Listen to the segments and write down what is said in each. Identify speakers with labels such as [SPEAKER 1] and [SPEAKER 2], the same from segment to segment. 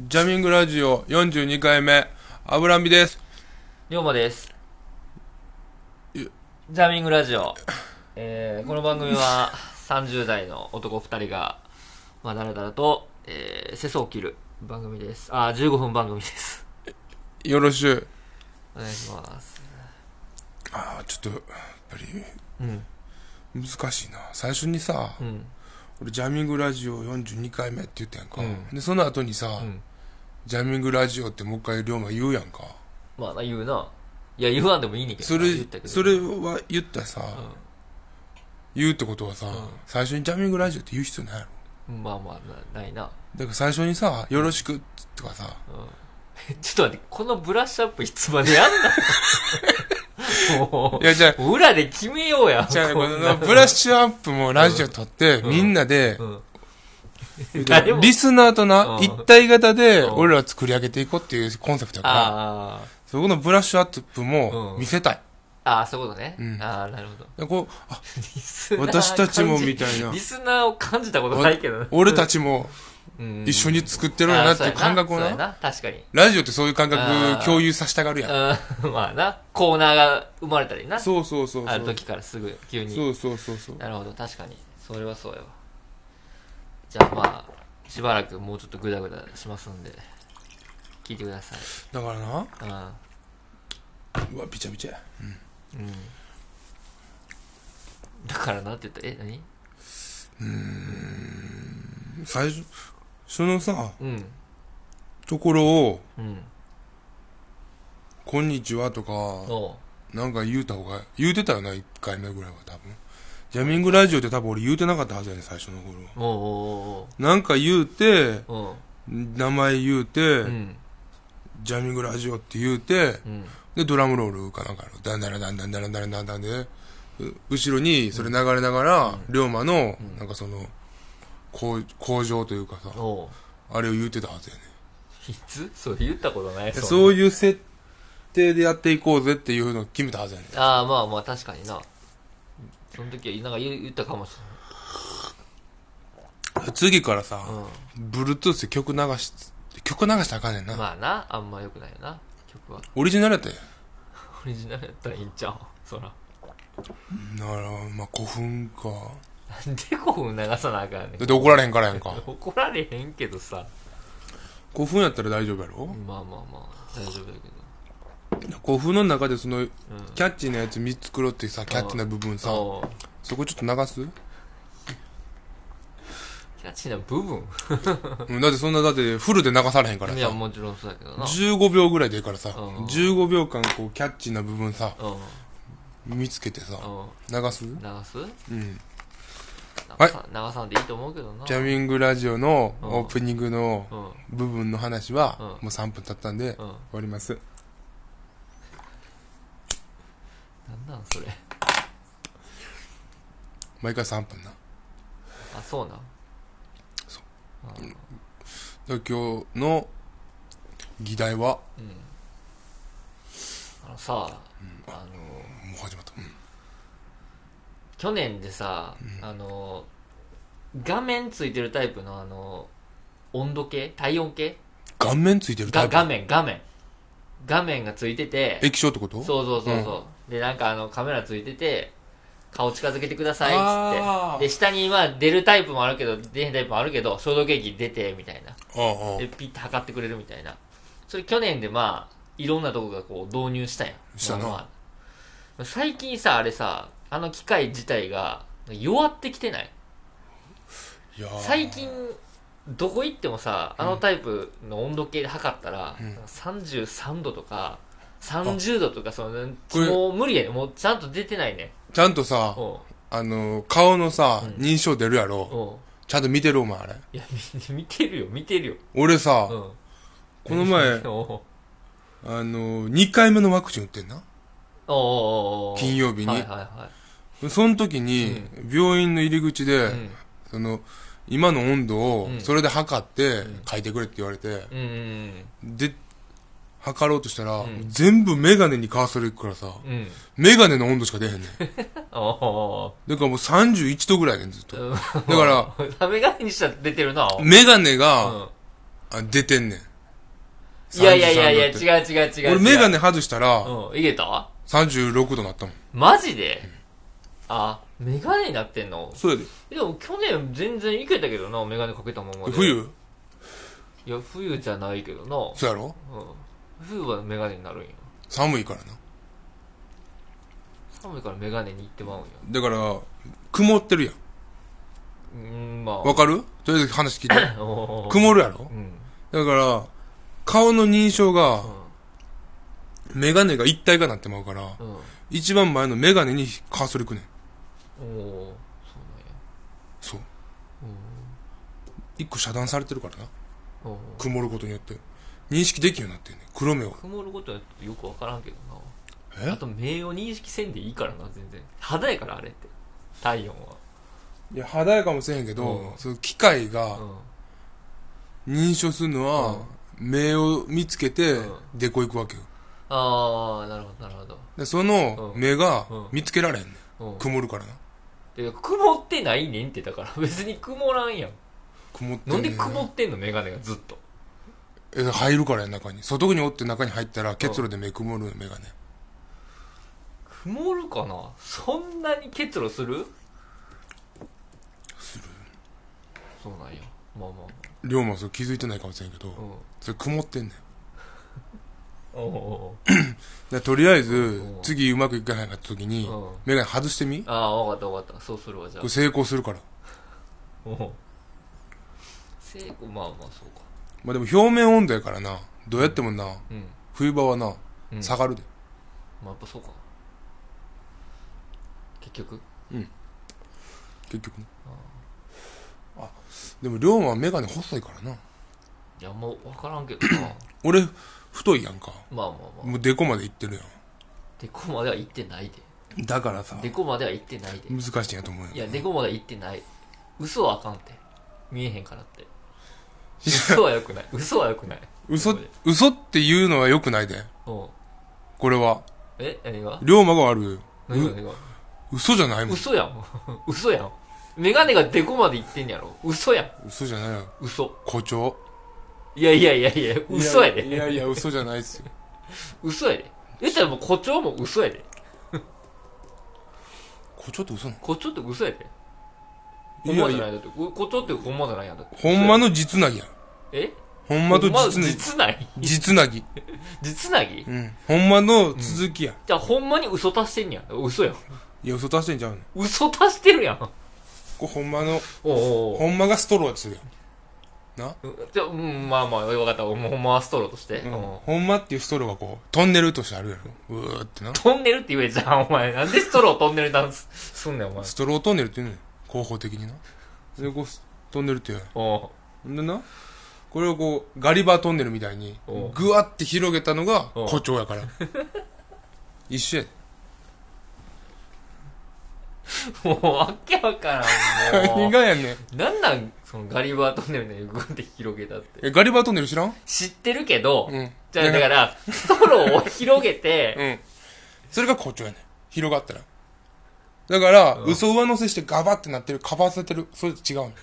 [SPEAKER 1] ジャミングラジオ42回目、アブランビです。
[SPEAKER 2] 龍馬です
[SPEAKER 1] え
[SPEAKER 2] ジャミングラジオ、えーこの番組は30代の男2人が、まあ、だらだらと、えー、世相を切る番組ですあー15分番組です
[SPEAKER 1] よろしゅ
[SPEAKER 2] お願いします
[SPEAKER 1] う。ああ、ちょっと、やっぱ
[SPEAKER 2] うん
[SPEAKER 1] り、難しいな。最初にさ、
[SPEAKER 2] うん
[SPEAKER 1] 俺、ジャミングラジオ42回目って言ったやんか。
[SPEAKER 2] うん
[SPEAKER 1] で、その後にさ、
[SPEAKER 2] ん
[SPEAKER 1] ジャミングラジオってもう一回龍馬言うやんか。
[SPEAKER 2] まあな言うないや言わんでもいいねんけど
[SPEAKER 1] それ
[SPEAKER 2] 言った、けど
[SPEAKER 1] それは言ったらさ、言うってことはさ、
[SPEAKER 2] ん
[SPEAKER 1] 最初にジャミングラジオって言う必要ないやろ。
[SPEAKER 2] うんまあまあなないな、
[SPEAKER 1] だから最初にさ、よろしくとかさ、
[SPEAKER 2] うん、ちょっと待ってこのブラッシュアップいつまで やんなも
[SPEAKER 1] いや、じゃあ、
[SPEAKER 2] う裏で決めようや
[SPEAKER 1] じゃあ、こ
[SPEAKER 2] こんな
[SPEAKER 1] のブラッシュアップもラジオ撮って、みんなで、
[SPEAKER 2] うん 誰も
[SPEAKER 1] リスナーとな
[SPEAKER 2] う、ん
[SPEAKER 1] 一体型で、
[SPEAKER 2] うん
[SPEAKER 1] 俺ら作り上げていこうっていうコンセプトやから、
[SPEAKER 2] ああ
[SPEAKER 1] そこのブラッシュアップも
[SPEAKER 2] うん
[SPEAKER 1] 見せたい。
[SPEAKER 2] ああ、そういうことね。
[SPEAKER 1] うん
[SPEAKER 2] ああ、なるほど。
[SPEAKER 1] でこう、あ、
[SPEAKER 2] リスナー
[SPEAKER 1] 私たちもみ
[SPEAKER 2] い
[SPEAKER 1] たいな
[SPEAKER 2] リ、スナーを感じたことないけどな。
[SPEAKER 1] 俺たちも
[SPEAKER 2] うん
[SPEAKER 1] 一緒に作って
[SPEAKER 2] て
[SPEAKER 1] るんやなっていう感覚を
[SPEAKER 2] そうや
[SPEAKER 1] な、
[SPEAKER 2] な。確かに。
[SPEAKER 1] ラジオってそういう感
[SPEAKER 2] あ
[SPEAKER 1] 覚
[SPEAKER 2] ー
[SPEAKER 1] 共有させたがるやん。
[SPEAKER 2] うん、 まあな。コーナーが生まれたりな。
[SPEAKER 1] そうそうそうそ
[SPEAKER 2] ある
[SPEAKER 1] う。
[SPEAKER 2] 時からすぐ、急に。
[SPEAKER 1] そうそうそうそう。
[SPEAKER 2] なるほど、確かに。それはそうやわ。じゃあまあ、しばらくもうちょっとグダグダしますんで、聞いてください。
[SPEAKER 1] だからな、
[SPEAKER 2] うん。
[SPEAKER 1] うわ、びちゃびちゃや。
[SPEAKER 2] うん。だからなって言ったえ、何
[SPEAKER 1] 最初、そのさ、
[SPEAKER 2] うん。
[SPEAKER 1] ところを、
[SPEAKER 2] うん。
[SPEAKER 1] こんにちはとか、
[SPEAKER 2] おう
[SPEAKER 1] なんか言うた方が、言うてたよな、1回目ぐらいは多分。ジャミングラジオって多分俺言うてなかったはずやねん、最初の頃。
[SPEAKER 2] おうおう
[SPEAKER 1] なんか言うて、
[SPEAKER 2] おうおう。
[SPEAKER 1] 名前言うて、
[SPEAKER 2] うん。うん。
[SPEAKER 1] ジャミングラジオって言うて、
[SPEAKER 2] うん。
[SPEAKER 1] で、ドラムロールかなんかの、だんだらだんだんだらだんだんだんで、う後ろにそれ流れながら、龍馬の、なんかその、こう工場というかさ、
[SPEAKER 2] おう
[SPEAKER 1] あれを言うてたはずやね
[SPEAKER 2] いつそう言ったことない
[SPEAKER 1] ん。そう
[SPEAKER 2] いう。
[SPEAKER 1] いう設定でやっていこうぜっていうのを決めたはずやねん。
[SPEAKER 2] ああ、まあまあ、確かにな。その時は、なんか言う言ったかもし
[SPEAKER 1] 次からさ
[SPEAKER 2] れ、ない。
[SPEAKER 1] ブルートゥースで曲流し、曲流したらあかんねん
[SPEAKER 2] う
[SPEAKER 1] な。
[SPEAKER 2] ん。まあな、あんま良くないよな、曲は。
[SPEAKER 1] オリジナルやったよ。
[SPEAKER 2] オリジナルやったらいいんちゃう そら。
[SPEAKER 1] なら、まあ、古墳か。
[SPEAKER 2] なんで古墳流さなあかんねん
[SPEAKER 1] だって怒られへんからやんか。
[SPEAKER 2] 怒られへんけどさ。
[SPEAKER 1] 古墳やったら大丈夫やろ
[SPEAKER 2] まあ、まあまあ、大丈夫だけど。
[SPEAKER 1] 古墳の中でその、
[SPEAKER 2] うん。
[SPEAKER 1] キャッチーなやつ見繕ってさ、キャッチーな部分さ、
[SPEAKER 2] おう
[SPEAKER 1] そこちょっと流す、
[SPEAKER 2] キャッチーな部分
[SPEAKER 1] うん、だってそんな、だってフルで流されへんから
[SPEAKER 2] いや、
[SPEAKER 1] さ、
[SPEAKER 2] もちろんそうだけどな。
[SPEAKER 1] 15秒ぐらいでいいからさ、
[SPEAKER 2] うん
[SPEAKER 1] 15秒間こう、キャッチーな部分さ、
[SPEAKER 2] うん。うん。
[SPEAKER 1] 見つけてさ、流す
[SPEAKER 2] 流す
[SPEAKER 1] うん。
[SPEAKER 2] 流さ流さんでいいと思うけどな。
[SPEAKER 1] ジャミングラジオの
[SPEAKER 2] うん
[SPEAKER 1] オープニングの
[SPEAKER 2] うん。うん。
[SPEAKER 1] 部分の話は、
[SPEAKER 2] うん
[SPEAKER 1] もう3分経ったんで、終わります。
[SPEAKER 2] なんなんそれ。
[SPEAKER 1] 毎回3分な。
[SPEAKER 2] あ、そうなん。。
[SPEAKER 1] そう
[SPEAKER 2] うん。
[SPEAKER 1] だから今日の議題は、
[SPEAKER 2] うんあのさ、あの
[SPEAKER 1] もう始まった。うん
[SPEAKER 2] 去年でさ、あの画面ついてるタイプのあの温度計体温計
[SPEAKER 1] 顔面ついてるタ
[SPEAKER 2] が
[SPEAKER 1] イプ
[SPEAKER 2] 画面画面画面がついてて
[SPEAKER 1] 液晶ってこと
[SPEAKER 2] そうそうそうそう、でなんかあのカメラついてて顔近づけてくださいっつ
[SPEAKER 1] あ
[SPEAKER 2] っ
[SPEAKER 1] ー
[SPEAKER 2] てで下に今出るタイプもあるけど出へんタイプもあるけど消毒液出てみたいな
[SPEAKER 1] あああ
[SPEAKER 2] でピッて測ってくれるみたいなそれ去年でまあいろんなとこがこう導入したやん
[SPEAKER 1] したな
[SPEAKER 2] まあまあ最近さあれさあの機械自体が弱ってきてない
[SPEAKER 1] あいやー
[SPEAKER 2] 最近どこ行ってもさあのタイプの温度計で測ったら、
[SPEAKER 1] うん
[SPEAKER 2] 33度とか30度とかその
[SPEAKER 1] これ
[SPEAKER 2] もう無理やねもうちゃんと出てないね
[SPEAKER 1] ちゃんとさ
[SPEAKER 2] おう
[SPEAKER 1] あの顔のさ
[SPEAKER 2] うん
[SPEAKER 1] 認証出るやろ
[SPEAKER 2] おう
[SPEAKER 1] ちゃんと見てるお前あれ
[SPEAKER 2] いや 見見てるよ見てるよ、
[SPEAKER 1] 俺さ
[SPEAKER 2] うん、
[SPEAKER 1] この前
[SPEAKER 2] おう
[SPEAKER 1] あの2回目のワクチン打ってんな
[SPEAKER 2] おうおうおう
[SPEAKER 1] 金曜日に
[SPEAKER 2] はいはいは
[SPEAKER 1] その時に病院の入り口で
[SPEAKER 2] い、うん
[SPEAKER 1] その今の温度を
[SPEAKER 2] うん
[SPEAKER 1] それで測って
[SPEAKER 2] ん
[SPEAKER 1] 書いてくれって言われて
[SPEAKER 2] うんうん
[SPEAKER 1] で測ろうとしたら
[SPEAKER 2] ん
[SPEAKER 1] 全部メガネにカーソルいくからさ
[SPEAKER 2] うん。うん。
[SPEAKER 1] メガネの温度しか出へんねん
[SPEAKER 2] お
[SPEAKER 1] だからもう31度ぐらいやねんずっと
[SPEAKER 2] ー 。
[SPEAKER 1] だから
[SPEAKER 2] メガネにしたら出てるな。
[SPEAKER 1] らメガネ
[SPEAKER 2] う
[SPEAKER 1] が
[SPEAKER 2] ん。
[SPEAKER 1] あ、出てんねん。
[SPEAKER 2] いやいやいやいや、
[SPEAKER 1] う。
[SPEAKER 2] 違う違う違う違う。
[SPEAKER 1] 俺メガネ外したら、
[SPEAKER 2] うん、いけた
[SPEAKER 1] 36度なったもん。
[SPEAKER 2] マジであ、メガネになってんの
[SPEAKER 1] そうやで。
[SPEAKER 2] でも去年全然いけたけどな、メガネかけたままで。
[SPEAKER 1] 冬
[SPEAKER 2] いや、冬じゃないけどな。
[SPEAKER 1] そうやろ
[SPEAKER 2] うん。冬はメガネになるんや。
[SPEAKER 1] 寒いからな。
[SPEAKER 2] 寒いからメガネに行ってまうんや。
[SPEAKER 1] だから、曇ってるやん。
[SPEAKER 2] うーん、まあ。
[SPEAKER 1] わかるとりあえず話聞いて。
[SPEAKER 2] おー
[SPEAKER 1] 曇るやろ
[SPEAKER 2] うん。
[SPEAKER 1] だから、顔の認証が、メガネが一体化なってまうから、
[SPEAKER 2] うん。
[SPEAKER 1] 一番前のメガネにカーソルいくねん。
[SPEAKER 2] おおーそう
[SPEAKER 1] そう。一個遮断されてるからな。
[SPEAKER 2] なんや。おー
[SPEAKER 1] 曇ることによって。認識できんようになってんねん黒目を。
[SPEAKER 2] 曇ることはよくわからんけどな。
[SPEAKER 1] え
[SPEAKER 2] あと、名を認識せんでいいからな、全然。肌やから、あれって。体温は。
[SPEAKER 1] いや、肌やかもしれへんけど、
[SPEAKER 2] うん
[SPEAKER 1] その機械が
[SPEAKER 2] う
[SPEAKER 1] 認証するのは、目を見つけて
[SPEAKER 2] うん、
[SPEAKER 1] デコ行くわけよ。
[SPEAKER 2] ん。あー、なるほど、なるほど。
[SPEAKER 1] で、その
[SPEAKER 2] うん
[SPEAKER 1] 目が
[SPEAKER 2] うん
[SPEAKER 1] 見つけられへんねん。
[SPEAKER 2] うん。
[SPEAKER 1] 曇るからな。
[SPEAKER 2] で曇ってないねんって、だから。 別に曇らんやん。
[SPEAKER 1] 曇ってん
[SPEAKER 2] な
[SPEAKER 1] ね
[SPEAKER 2] んで曇ってんの、メガネがずっと。
[SPEAKER 1] え、入るからや、中に。外におって中に入ったら、結露で目曇るの、目がね。
[SPEAKER 2] 曇るかなそんなに結露する
[SPEAKER 1] する。
[SPEAKER 2] そうなんや。まあまあ
[SPEAKER 1] 龍馬はそれ気づいてないかもしれんけど、
[SPEAKER 2] ま
[SPEAKER 1] それ曇ってんねん。
[SPEAKER 2] あ。うん。おうお
[SPEAKER 1] でとりあえず
[SPEAKER 2] うん、
[SPEAKER 1] 次うまくいかないかった時に
[SPEAKER 2] うおう。うん。
[SPEAKER 1] メガネ外してみこ
[SPEAKER 2] ああ、わかったわかった。そうするわ、じゃあ
[SPEAKER 1] れ。成功するから。
[SPEAKER 2] おう成功、まあまあ、そうか。
[SPEAKER 1] まあでも表面温度やからな、どうやってもな、
[SPEAKER 2] うん。
[SPEAKER 1] 冬場はな、
[SPEAKER 2] うん
[SPEAKER 1] 下がるで。
[SPEAKER 2] まあやっぱそうか。結局
[SPEAKER 1] 結局ね。あ、でも龍馬はメガネ細いからな。
[SPEAKER 2] いや、あんまわからんけどな。
[SPEAKER 1] 俺、太いやんか。
[SPEAKER 2] まあまあまあ。
[SPEAKER 1] もうデコまでいってるや
[SPEAKER 2] デコまでは行ってないで。
[SPEAKER 1] ん。だからさ
[SPEAKER 2] デコまでは行ってないで。
[SPEAKER 1] 難しいんやと思うよ。
[SPEAKER 2] いや、デコまで行ってない。嘘はあかんって。見えへんからって。嘘は良くない。嘘は良くない。
[SPEAKER 1] 嘘
[SPEAKER 2] デコまで、
[SPEAKER 1] 嘘っていうのは良くないで。
[SPEAKER 2] うん。
[SPEAKER 1] これは。
[SPEAKER 2] え何が
[SPEAKER 1] 龍馬が悪いよ。
[SPEAKER 2] 何が何が
[SPEAKER 1] 嘘じゃないもん。
[SPEAKER 2] 嘘やん。嘘やん。メガネがデコまで行ってんやろ。嘘やん。
[SPEAKER 1] 嘘じゃないよ。
[SPEAKER 2] 嘘。
[SPEAKER 1] 誇張。
[SPEAKER 2] いやいやいやいや、嘘やで。
[SPEAKER 1] いやいや、嘘じゃないっすよ。
[SPEAKER 2] 嘘やで。えったらもう誇張も嘘やで。
[SPEAKER 1] 誇張って嘘な
[SPEAKER 2] 誇張って嘘やで。ほ
[SPEAKER 1] の
[SPEAKER 2] んまじゃ
[SPEAKER 1] や
[SPEAKER 2] ない
[SPEAKER 1] や、
[SPEAKER 2] んだって。誇張ってほんまじゃないんだって。
[SPEAKER 1] ほんまの実なぎやん。
[SPEAKER 2] え
[SPEAKER 1] ほんまと
[SPEAKER 2] ほんま
[SPEAKER 1] 実なぎ。
[SPEAKER 2] 実な
[SPEAKER 1] 実な
[SPEAKER 2] い。
[SPEAKER 1] ぎ。
[SPEAKER 2] 実なぎ
[SPEAKER 1] うん。ほんまの続きや。
[SPEAKER 2] じゃあほんまに嘘足してんやん。嘘やん。
[SPEAKER 1] いや、嘘足してんちゃうの。
[SPEAKER 2] 嘘足してるやん。
[SPEAKER 1] これほんまの、
[SPEAKER 2] おうおうおう
[SPEAKER 1] ほんまがストローでするやん。な
[SPEAKER 2] うんじゃあ、うん、まあまあ、わかった。もうほんまはストローとして。
[SPEAKER 1] うん
[SPEAKER 2] うん
[SPEAKER 1] ほんまっていうストローがこう、トンネルとしてあるやろ。うーってな。
[SPEAKER 2] トンネルって言えじゃん、お前。なんでストロートンネルダンスすんねん、お前。
[SPEAKER 1] ストロートンネルって言うねん。広報的にな。で、こう、トンネルって言う
[SPEAKER 2] おう
[SPEAKER 1] やん。でな、これをこう、ガリバートンネルみたいに
[SPEAKER 2] おう、
[SPEAKER 1] ぐわって広げたのが、
[SPEAKER 2] おう
[SPEAKER 1] 誇張や から。一緒や。
[SPEAKER 2] もう、わけわからん、もう。
[SPEAKER 1] 何がやねん
[SPEAKER 2] なんなん、そのガリバートンネルのグーって広げたって。
[SPEAKER 1] え。ガリバートンネル知らん
[SPEAKER 2] 知ってるけど、
[SPEAKER 1] うん。
[SPEAKER 2] じゃあだから、ストローを広げて、
[SPEAKER 1] うん。それが誇張やねん。広がったら。だから、
[SPEAKER 2] うん
[SPEAKER 1] 嘘上乗せしてガバってなってる、かばせてる。それ違うの。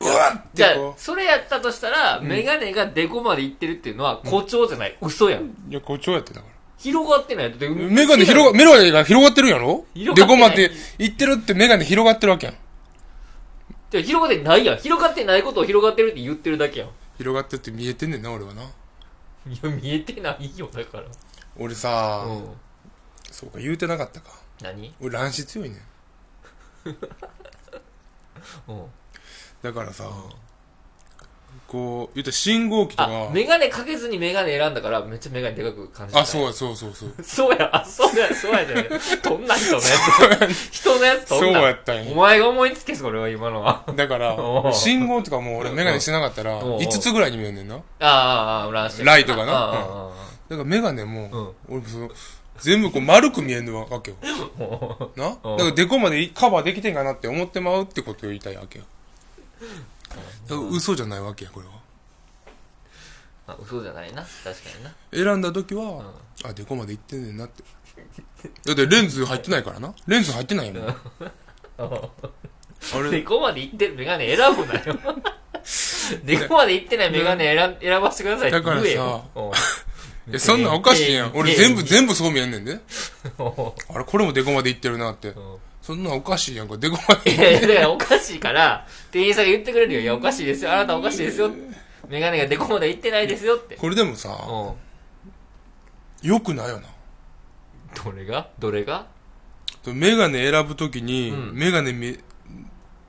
[SPEAKER 1] うわっ
[SPEAKER 2] じ
[SPEAKER 1] て
[SPEAKER 2] ゃ
[SPEAKER 1] こ
[SPEAKER 2] あ、それやったとしたら、メガネがデコまでいってるっていうのは誇張じゃない、嘘やん。
[SPEAKER 1] う。いや、誇張やってだから。
[SPEAKER 2] 広がってないと。メ
[SPEAKER 1] メガネ広が、メガネが広がってるんやろ
[SPEAKER 2] 広が
[SPEAKER 1] で
[SPEAKER 2] っ
[SPEAKER 1] こ
[SPEAKER 2] てな
[SPEAKER 1] ま
[SPEAKER 2] い
[SPEAKER 1] で言ってるってメガネ広がってるわけやん。
[SPEAKER 2] じゃあ広がってないやん。広がってないことを広がってるって言ってるだけやん。
[SPEAKER 1] 広がってるって見えてんねんな、俺はな。
[SPEAKER 2] いや、見えてないよ、だから。
[SPEAKER 1] 俺さ、
[SPEAKER 2] うん。
[SPEAKER 1] そうか、言うてなかったか。
[SPEAKER 2] 何
[SPEAKER 1] 俺乱視強いねん。
[SPEAKER 2] うん。
[SPEAKER 1] だからさ、こう、言うたら信号機と
[SPEAKER 2] あ
[SPEAKER 1] か、、
[SPEAKER 2] メガネかけずにメガネ選んだから、めっちゃメガネでかく感じた。。
[SPEAKER 1] あ、そううや、そうそう そう。
[SPEAKER 2] そうや、あ、そうや、そうやじゃねえ。とんな人のやつ。人のやつとん
[SPEAKER 1] そ
[SPEAKER 2] な。
[SPEAKER 1] うやったんや
[SPEAKER 2] お前が思いつけ、それは今のは。あ
[SPEAKER 1] だから
[SPEAKER 2] おう、
[SPEAKER 1] 信号とかもう俺メガネしてなかったら、
[SPEAKER 2] おうおう
[SPEAKER 1] 5つぐらいに見えんねんな。だ
[SPEAKER 2] あ、ああ、ランシェ
[SPEAKER 1] ライトがな
[SPEAKER 2] ああ
[SPEAKER 1] からメガネ
[SPEAKER 2] う
[SPEAKER 1] も
[SPEAKER 2] ん、
[SPEAKER 1] 俺もその、全部こう丸く見えんのわけよ。
[SPEAKER 2] ああ、
[SPEAKER 1] なだ
[SPEAKER 2] おう
[SPEAKER 1] からデコまでカバーできてんかなって思ってまうってことを言いたいわけよ。だから嘘じゃないわけや、これは。
[SPEAKER 2] あ嘘じゃないな。確かにな。
[SPEAKER 1] 選んだ時は、あ、デコまで行ってんねんなって。だってレンズ入ってないからな。レンズ入ってないもん。あれ
[SPEAKER 2] デコまで行ってるメガネ選 ぶなよ。デコまで行ってないメガネ選選ばせてくださいって言えよ。
[SPEAKER 1] いや、そんなんおかしいやん。俺全部、
[SPEAKER 2] ええ
[SPEAKER 1] 全部そう見えんねんで。
[SPEAKER 2] うん
[SPEAKER 1] あれ、これもデコまでいってるなって。
[SPEAKER 2] うん
[SPEAKER 1] そんなんおかしいやんか。デコまで
[SPEAKER 2] い。やいや、だからおかしいから、店員さんが言ってくれるよ。いや、おかしいですよ。あなたおかしいですよ。メガネがデコまで行ってないですよって。
[SPEAKER 1] これでも
[SPEAKER 2] う
[SPEAKER 1] さ、
[SPEAKER 2] ん。
[SPEAKER 1] 良くないよな。
[SPEAKER 2] どれがどれが
[SPEAKER 1] メガネ選ぶときに、
[SPEAKER 2] うん
[SPEAKER 1] メガネめ、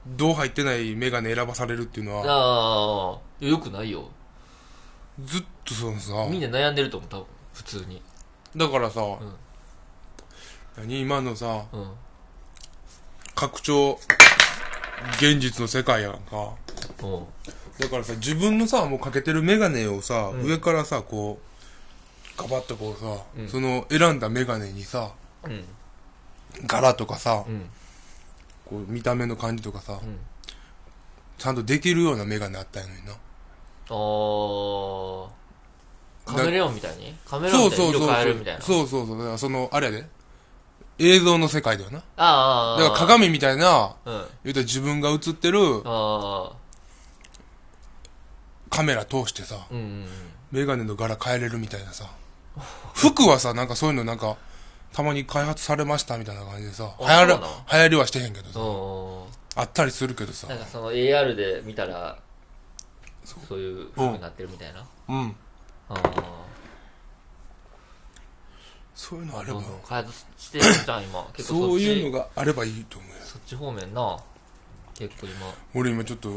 [SPEAKER 1] どう入ってないメガネ選ばされるっていうのは、
[SPEAKER 2] ああ、よくないよ。
[SPEAKER 1] ずっとそのさ、
[SPEAKER 2] みんな悩んでると思う、多分。普通に。
[SPEAKER 1] だからさ、
[SPEAKER 2] ん
[SPEAKER 1] 何今のさ、
[SPEAKER 2] うん。
[SPEAKER 1] 拡張、現実の世界やんか。
[SPEAKER 2] うん。
[SPEAKER 1] だからさ、自分のさ、もうかけてるメガネをさ、
[SPEAKER 2] うん
[SPEAKER 1] 上からさ、こう、ガバッとこうさ、
[SPEAKER 2] うん
[SPEAKER 1] その選んだメガネにさ、
[SPEAKER 2] うん。
[SPEAKER 1] 柄とかさ、
[SPEAKER 2] うん。
[SPEAKER 1] こう見た目の感じとかさ、
[SPEAKER 2] うん。
[SPEAKER 1] ちゃんとできるようなメガネあったんやのにな。
[SPEAKER 2] あー。カメレオンみたいにカメレオン
[SPEAKER 1] そ
[SPEAKER 2] み
[SPEAKER 1] うそうそう
[SPEAKER 2] たいに色変え
[SPEAKER 1] そ
[SPEAKER 2] る
[SPEAKER 1] う
[SPEAKER 2] みたい。な。う。
[SPEAKER 1] そうそうそう。だからその、あれやで。映像の世界だよな。
[SPEAKER 2] あ
[SPEAKER 1] だ
[SPEAKER 2] あ。
[SPEAKER 1] から鏡みたいな、
[SPEAKER 2] うん。
[SPEAKER 1] 言うたら自分が映ってる
[SPEAKER 2] あ
[SPEAKER 1] カメラ通してさ、
[SPEAKER 2] ー。うん。
[SPEAKER 1] メガネの柄変えれるみたいなさ。服はさ、なんかそういうのなんか、たまに開発されましたみたいな感じでさ、流行
[SPEAKER 2] あ
[SPEAKER 1] る、
[SPEAKER 2] そうなの
[SPEAKER 1] 流行りはしてへんけど
[SPEAKER 2] う
[SPEAKER 1] さ、
[SPEAKER 2] ん。
[SPEAKER 1] あったりするけどさ
[SPEAKER 2] な。んかその AR で見たら、そういう風になってるみたいな。
[SPEAKER 1] うん。
[SPEAKER 2] ああ。
[SPEAKER 1] そういうのあれ
[SPEAKER 2] ど
[SPEAKER 1] ば
[SPEAKER 2] ん、どん開発してるじゃん、 今。結構そ
[SPEAKER 1] そ
[SPEAKER 2] っ
[SPEAKER 1] う
[SPEAKER 2] ち
[SPEAKER 1] いうのがあればいいと思うよ。
[SPEAKER 2] そっち方面な。結構今。
[SPEAKER 1] 俺今ちょっと、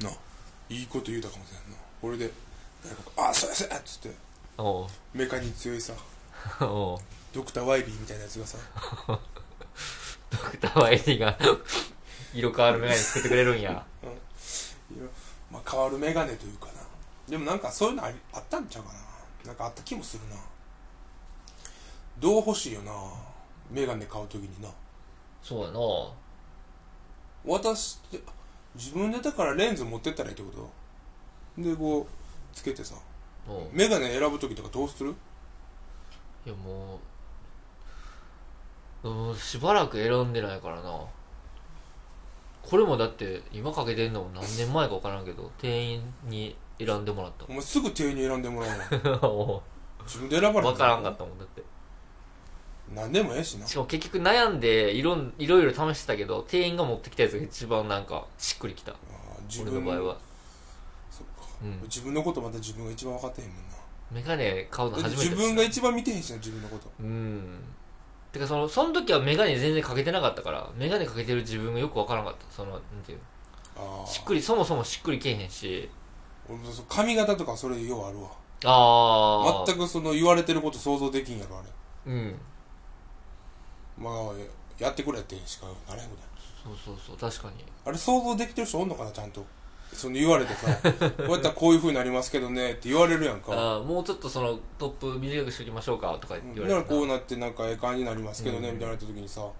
[SPEAKER 1] な、いいこと言うたかもしれんな。これで、誰かがあ、そうやそうやっつって、
[SPEAKER 2] おう。
[SPEAKER 1] メカに強いさ、
[SPEAKER 2] おう。
[SPEAKER 1] ドクターワイリーみたいなやつがさ、
[SPEAKER 2] ドクターワイリーが 色変わるメガネ作ってくれるんや。
[SPEAKER 1] いやまあ、変わるメガネというかなでもなんかそういうのありあったんちゃうかななんかあった気もするなどう欲しいよなメガネ買うときにな
[SPEAKER 2] そうやな。
[SPEAKER 1] 私って自分でだからレンズ持ってったらいいってことでこうつけてさ
[SPEAKER 2] おう
[SPEAKER 1] メガネ選ぶときとかどうする
[SPEAKER 2] いやもう、うん、しばらく選んでないからな。これもだって、今かけてんのも何年前か分からんけど、店員に選んでもらっ
[SPEAKER 1] お前すぐ店員に選んでもらうな
[SPEAKER 2] た。お
[SPEAKER 1] 自分で選ば
[SPEAKER 2] う
[SPEAKER 1] れ
[SPEAKER 2] 分からんかったもん、だって。
[SPEAKER 1] 何でもええしな
[SPEAKER 2] しかも結局悩んでいろん、いろいろ試してたけど、店員が持ってきたやつが一番なんか、しっくりきた。
[SPEAKER 1] あー自
[SPEAKER 2] 俺の場合は。
[SPEAKER 1] そっか、
[SPEAKER 2] うん
[SPEAKER 1] 自分のことまた自分が一番分かってへんもんな
[SPEAKER 2] メガネ買うの
[SPEAKER 1] だっ
[SPEAKER 2] 初
[SPEAKER 1] て
[SPEAKER 2] めて
[SPEAKER 1] 自
[SPEAKER 2] だし
[SPEAKER 1] 分が一番見てへんしな自分のこと
[SPEAKER 2] うん。てかその、その時はメガネ全然かけてなかったから、メガネかけてる自分がよくわからんかった。その、なんていうの
[SPEAKER 1] ああ
[SPEAKER 2] しっくり、そもそもしっくりけえへんし、
[SPEAKER 1] 俺もそう髪型とかそれようあるわ
[SPEAKER 2] あー。
[SPEAKER 1] 全くその言われてること想像できんやろあれ
[SPEAKER 2] うん。
[SPEAKER 1] まあやってくれってしかならへんことや
[SPEAKER 2] そうそうそう、確かに。
[SPEAKER 1] あれ想像できてる人おんのかなちゃんとその言われて さこうやったらこういう風になりますけどねって言われるやんか
[SPEAKER 2] あーもうちょっとその、トップ短くしときましょうか、とか
[SPEAKER 1] う
[SPEAKER 2] 言
[SPEAKER 1] ん
[SPEAKER 2] われ
[SPEAKER 1] だ
[SPEAKER 2] て
[SPEAKER 1] からこう
[SPEAKER 2] な
[SPEAKER 1] なってなんかええ感じになりますけどね、
[SPEAKER 2] うん
[SPEAKER 1] みたいなった時にさも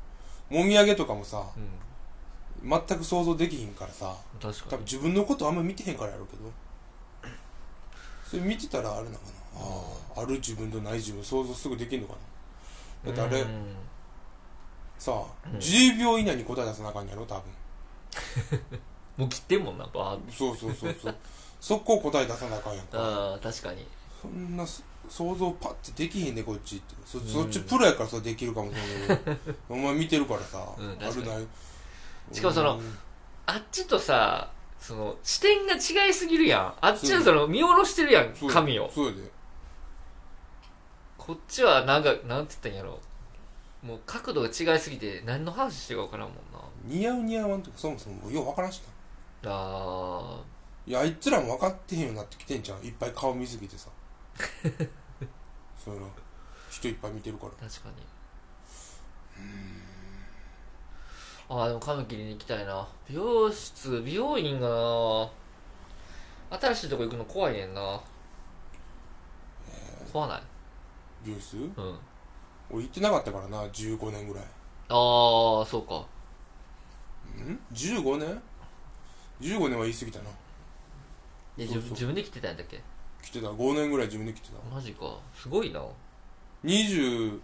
[SPEAKER 1] みあげとかもさ
[SPEAKER 2] うん。
[SPEAKER 1] 全く想像できひんからさ
[SPEAKER 2] 確
[SPEAKER 1] 多
[SPEAKER 2] か
[SPEAKER 1] 分
[SPEAKER 2] に。
[SPEAKER 1] 自分のことあんま見てへんからやろうけどそれ見てたらあれなのかなあーある自分とない自分想像すぐできんのかなだってあれ
[SPEAKER 2] うん
[SPEAKER 1] さあ、
[SPEAKER 2] うん
[SPEAKER 1] 10秒以内に答え出さなあかんやろ多分
[SPEAKER 2] もう切ってんもんな、バーって
[SPEAKER 1] そうそうそうそう 速攻答え出さなあかんやんか
[SPEAKER 2] あー、確かに。
[SPEAKER 1] そんなそ想像パッてできへんでこっちってそ
[SPEAKER 2] うん
[SPEAKER 1] そっちプロやからさできるかもしれんけど お前見てるからさ、
[SPEAKER 2] うん
[SPEAKER 1] あ
[SPEAKER 2] 確か
[SPEAKER 1] る
[SPEAKER 2] に
[SPEAKER 1] ない
[SPEAKER 2] しかもその
[SPEAKER 1] うん
[SPEAKER 2] あっちとさ、その、視点が違いすぎるやん。あっち
[SPEAKER 1] そう
[SPEAKER 2] はその、見下ろしてるやん、
[SPEAKER 1] そうや
[SPEAKER 2] 髪を。
[SPEAKER 1] そうやで
[SPEAKER 2] こっちはなんか、なんて言ったんやろ。もう角度が違いすぎて何の話してるか分からんもんな。
[SPEAKER 1] 似合う似合わんとかそもそもよう分からんしな
[SPEAKER 2] あ
[SPEAKER 1] いやあいつらも分かってへんようになってきてんじゃんいっぱい顔見すぎて さその人いっぱい見てるから
[SPEAKER 2] ー、確かに。あー、でも髪切りに行きたいな。美容室、美容院がな新しいとこ行くの怖いねんな。怖ない
[SPEAKER 1] 美容室
[SPEAKER 2] うん。
[SPEAKER 1] 俺行ってなかったからな15年ぐらい
[SPEAKER 2] あー、そうか。
[SPEAKER 1] ん15年15年は言い過ぎたな
[SPEAKER 2] で
[SPEAKER 1] そう
[SPEAKER 2] 自
[SPEAKER 1] そう
[SPEAKER 2] 分自分で切ってたんだっけ
[SPEAKER 1] 来てた5年ぐらい自分で来てた
[SPEAKER 2] マジか。すごいな。
[SPEAKER 1] 23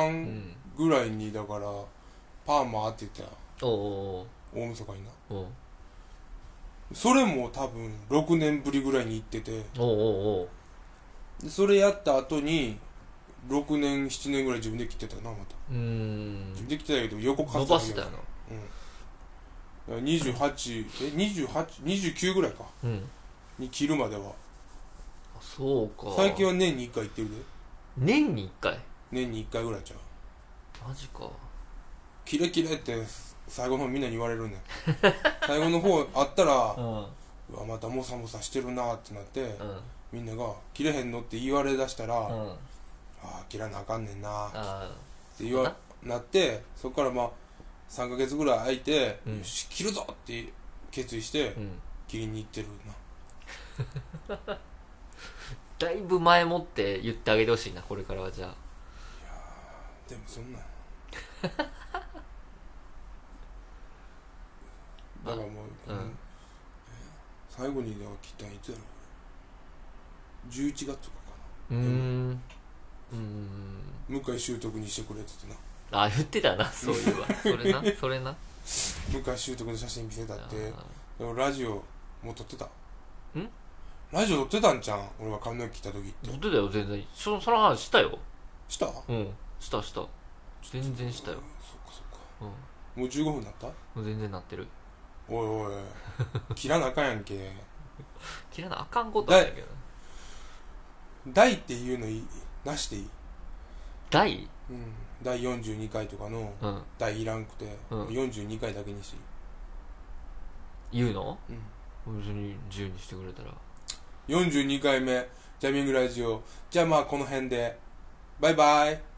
[SPEAKER 2] うん。
[SPEAKER 1] ぐらいにだからパーマ当てた
[SPEAKER 2] おお
[SPEAKER 1] 大晦日にな
[SPEAKER 2] おお
[SPEAKER 1] それも多分6年ぶりぐらいに行ってて
[SPEAKER 2] おお
[SPEAKER 1] でそれやった後に6年7年ぐらい自分で切ってたなまた
[SPEAKER 2] うーん
[SPEAKER 1] 自分で切ってたけど横買
[SPEAKER 2] 伸
[SPEAKER 1] って
[SPEAKER 2] ばしてたよ
[SPEAKER 1] な
[SPEAKER 2] な
[SPEAKER 1] うんだから28え2829ぐらいか
[SPEAKER 2] うん
[SPEAKER 1] に切るまでは
[SPEAKER 2] あそうか
[SPEAKER 1] 最近は年に1回行ってるで
[SPEAKER 2] 年に1回
[SPEAKER 1] 年に1回ぐらいちゃう
[SPEAKER 2] マジか
[SPEAKER 1] キレキレって最後の方みんなに言われる ねん最後の方あったら、
[SPEAKER 2] う
[SPEAKER 1] うんわまたモサモサしてるなってなって、
[SPEAKER 2] うん
[SPEAKER 1] みんなが「切れへんの?」って言われだしたら「あ
[SPEAKER 2] うん
[SPEAKER 1] あ切らなあかんねんな」っ
[SPEAKER 2] あ
[SPEAKER 1] て言わなってそこからまあ3ヶ月ぐらい空いて「
[SPEAKER 2] うん
[SPEAKER 1] よし切るぞ!」って決意して、
[SPEAKER 2] ーうん
[SPEAKER 1] 切りに行ってるな
[SPEAKER 2] だいぶ前もって言ってあげてほしいなこれからはじゃあ
[SPEAKER 1] でもそん なんだからもう、この
[SPEAKER 2] うん
[SPEAKER 1] え最後にでは切ったんいつやろ11月とかか
[SPEAKER 2] うーんうーん
[SPEAKER 1] な向井修徳にしてくれって言っ
[SPEAKER 2] あ言っ てたなそういえばそれなそれなって
[SPEAKER 1] な向井修徳の写真見せたってでもラジオもう撮ってた
[SPEAKER 2] ん
[SPEAKER 1] ラジオ撮ってたんじゃん俺が髪の毛切った時って
[SPEAKER 2] 言ってたよ全然そその話したよ
[SPEAKER 1] した
[SPEAKER 2] うんしたした全然したよ
[SPEAKER 1] そっかそっか
[SPEAKER 2] うんも
[SPEAKER 1] もう15分なった
[SPEAKER 2] う全然なってる
[SPEAKER 1] おいお い切らなあかんやんけ
[SPEAKER 2] 切らなあかんことはないけど
[SPEAKER 1] 大っていうのいいなしでいい
[SPEAKER 2] 大
[SPEAKER 1] うん、第42回とかの
[SPEAKER 2] うん
[SPEAKER 1] 第いらんくて、
[SPEAKER 2] うん
[SPEAKER 1] 42回だけにし、
[SPEAKER 2] 言うの
[SPEAKER 1] うん、
[SPEAKER 2] 別に自由にしてくれたら
[SPEAKER 1] 42回目ジャミングラジオじゃあまあこの辺でバイバイ